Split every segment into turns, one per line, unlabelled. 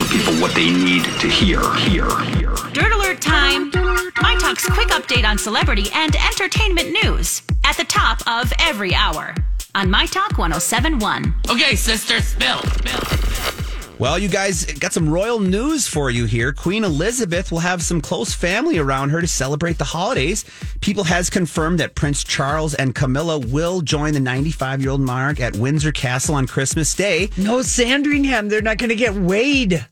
people what they need to hear. Hear. Hear.
Dirt Alert time! My Talk's quick update on celebrity and entertainment news at the top of every hour on My Talk 1071.
Okay, sister, spill.
Well, you guys got some royal news for you here. Queen Elizabeth will have some close family around her to celebrate the holidays. People has confirmed that Prince Charles and Camilla will join the 95-year-old monarch at Windsor Castle on Christmas Day.
No Sandringham. They're not going to get weighed.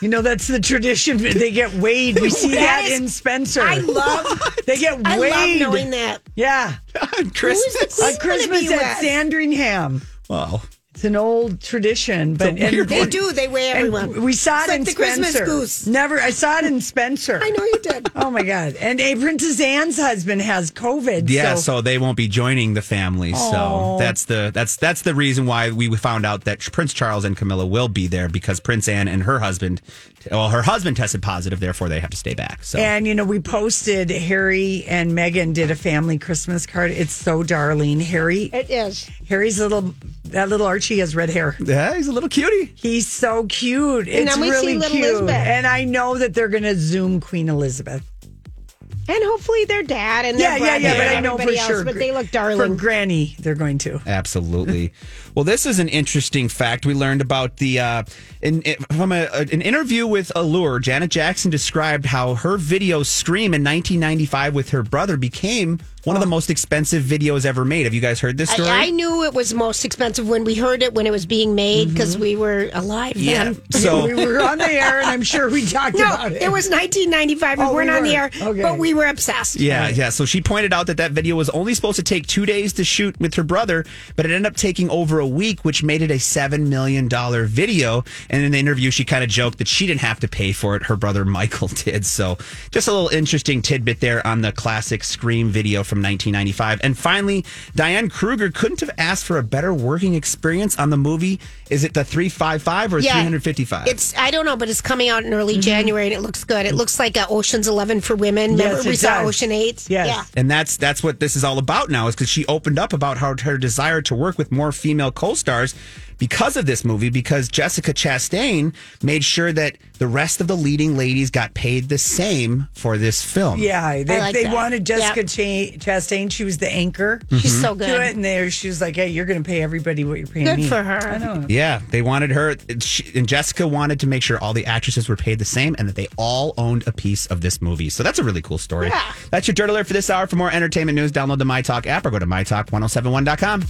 You know that's the tradition. They get weighed. We see
That
that,
is-
in Spencer.
I love.
They get
I
weighed.
love knowing that.
Yeah,
Christmas.
Who's
on
gonna
Christmas
be
at
wet?
Sandringham.
Wow.
It's an old tradition, but and-
weird
They do. They weigh
and
everyone.
we saw
It's
it
like
in
the
Spencer.
Christmas goose.
Never, I saw it in Spencer.
I know you did.
Oh my god! And a Princess Anne's husband has COVID.
Yeah, so, they won't be joining the family. So that's the that's that's the reason why we found out that Prince Charles and Camilla will be there because Prince Anne and her husband, well, her husband tested positive, therefore they have to stay back. So
And you know, we posted Harry and Meghan did a family Christmas card. It's so darling. Harry,
It is.
Harry's little that little Archie has red hair.
yeah, he's a little cutie.
He's so cute.
And
it's
then we see
really
little
cute.
Elizabeth.
And I know that they're going to zoom Queen Elizabeth.
And hopefully their dad and
yeah,
their
yeah, yeah.
brother
But
and
I know for
everybody else,
sure.
But they look
For
darling.
Granny, they're going to.
Absolutely. well, this is an interesting fact we learned about the uh, in, in- from a, a- an interview with Allure. Janet Jackson described how her video "Scream" in 1995 with her brother became one of the most expensive videos ever made. Have you guys heard this story?
Oh. I, I knew it was most expensive when we heard it when it was being made because
Mm-hmm.
we were alive
yeah.
then.
So
we were on the air, and I'm sure we talked
No,
about it.
it was 1995. We
Oh, we
weren't on the air,
weren't. Okay.
but we were obsessed.
Yeah, yeah. So she pointed out that that video was only supposed to take two days to shoot with her brother, but it ended up taking over a week, which made it a seven million dollar video. And in the interview, she kind of joked that she didn't have to pay for it; her brother Michael did. So, just a little interesting tidbit there on the classic Scream video from 1995. And finally, Diane Kruger couldn't have asked for a better working experience on the movie. Is it the 355 or 355?
It's I don't know, but it's coming out in early
Mm-hmm.
January and it looks good. It looks like a Ocean's Eleven for women. Remember
Yes,
we
it
saw
does.
Ocean Eight.
Yes.
Yeah.
And that's that's what this is all about now, is because she opened up about how her desire to work with more female co-stars because of this movie. Because Jessica Chastain made sure that the rest of the leading ladies got paid the same for this film.
Yeah, they,
like
they
that.
wanted Jessica Cha- Chastain. She was the anchor.
She's so
to it,
good.
and there she was like, "Hey, you're going to pay everybody what you're paying
Good
me."
for her. I know.
Yeah, they wanted her, and she- and Jessica wanted to make sure all the actresses were paid the same, and that they all owned a piece of this movie. So that's a really cool story.
Yeah.
oh That's your dirt alert for this hour. For more entertainment news, download the My Talk app or go to mytalk1071.com.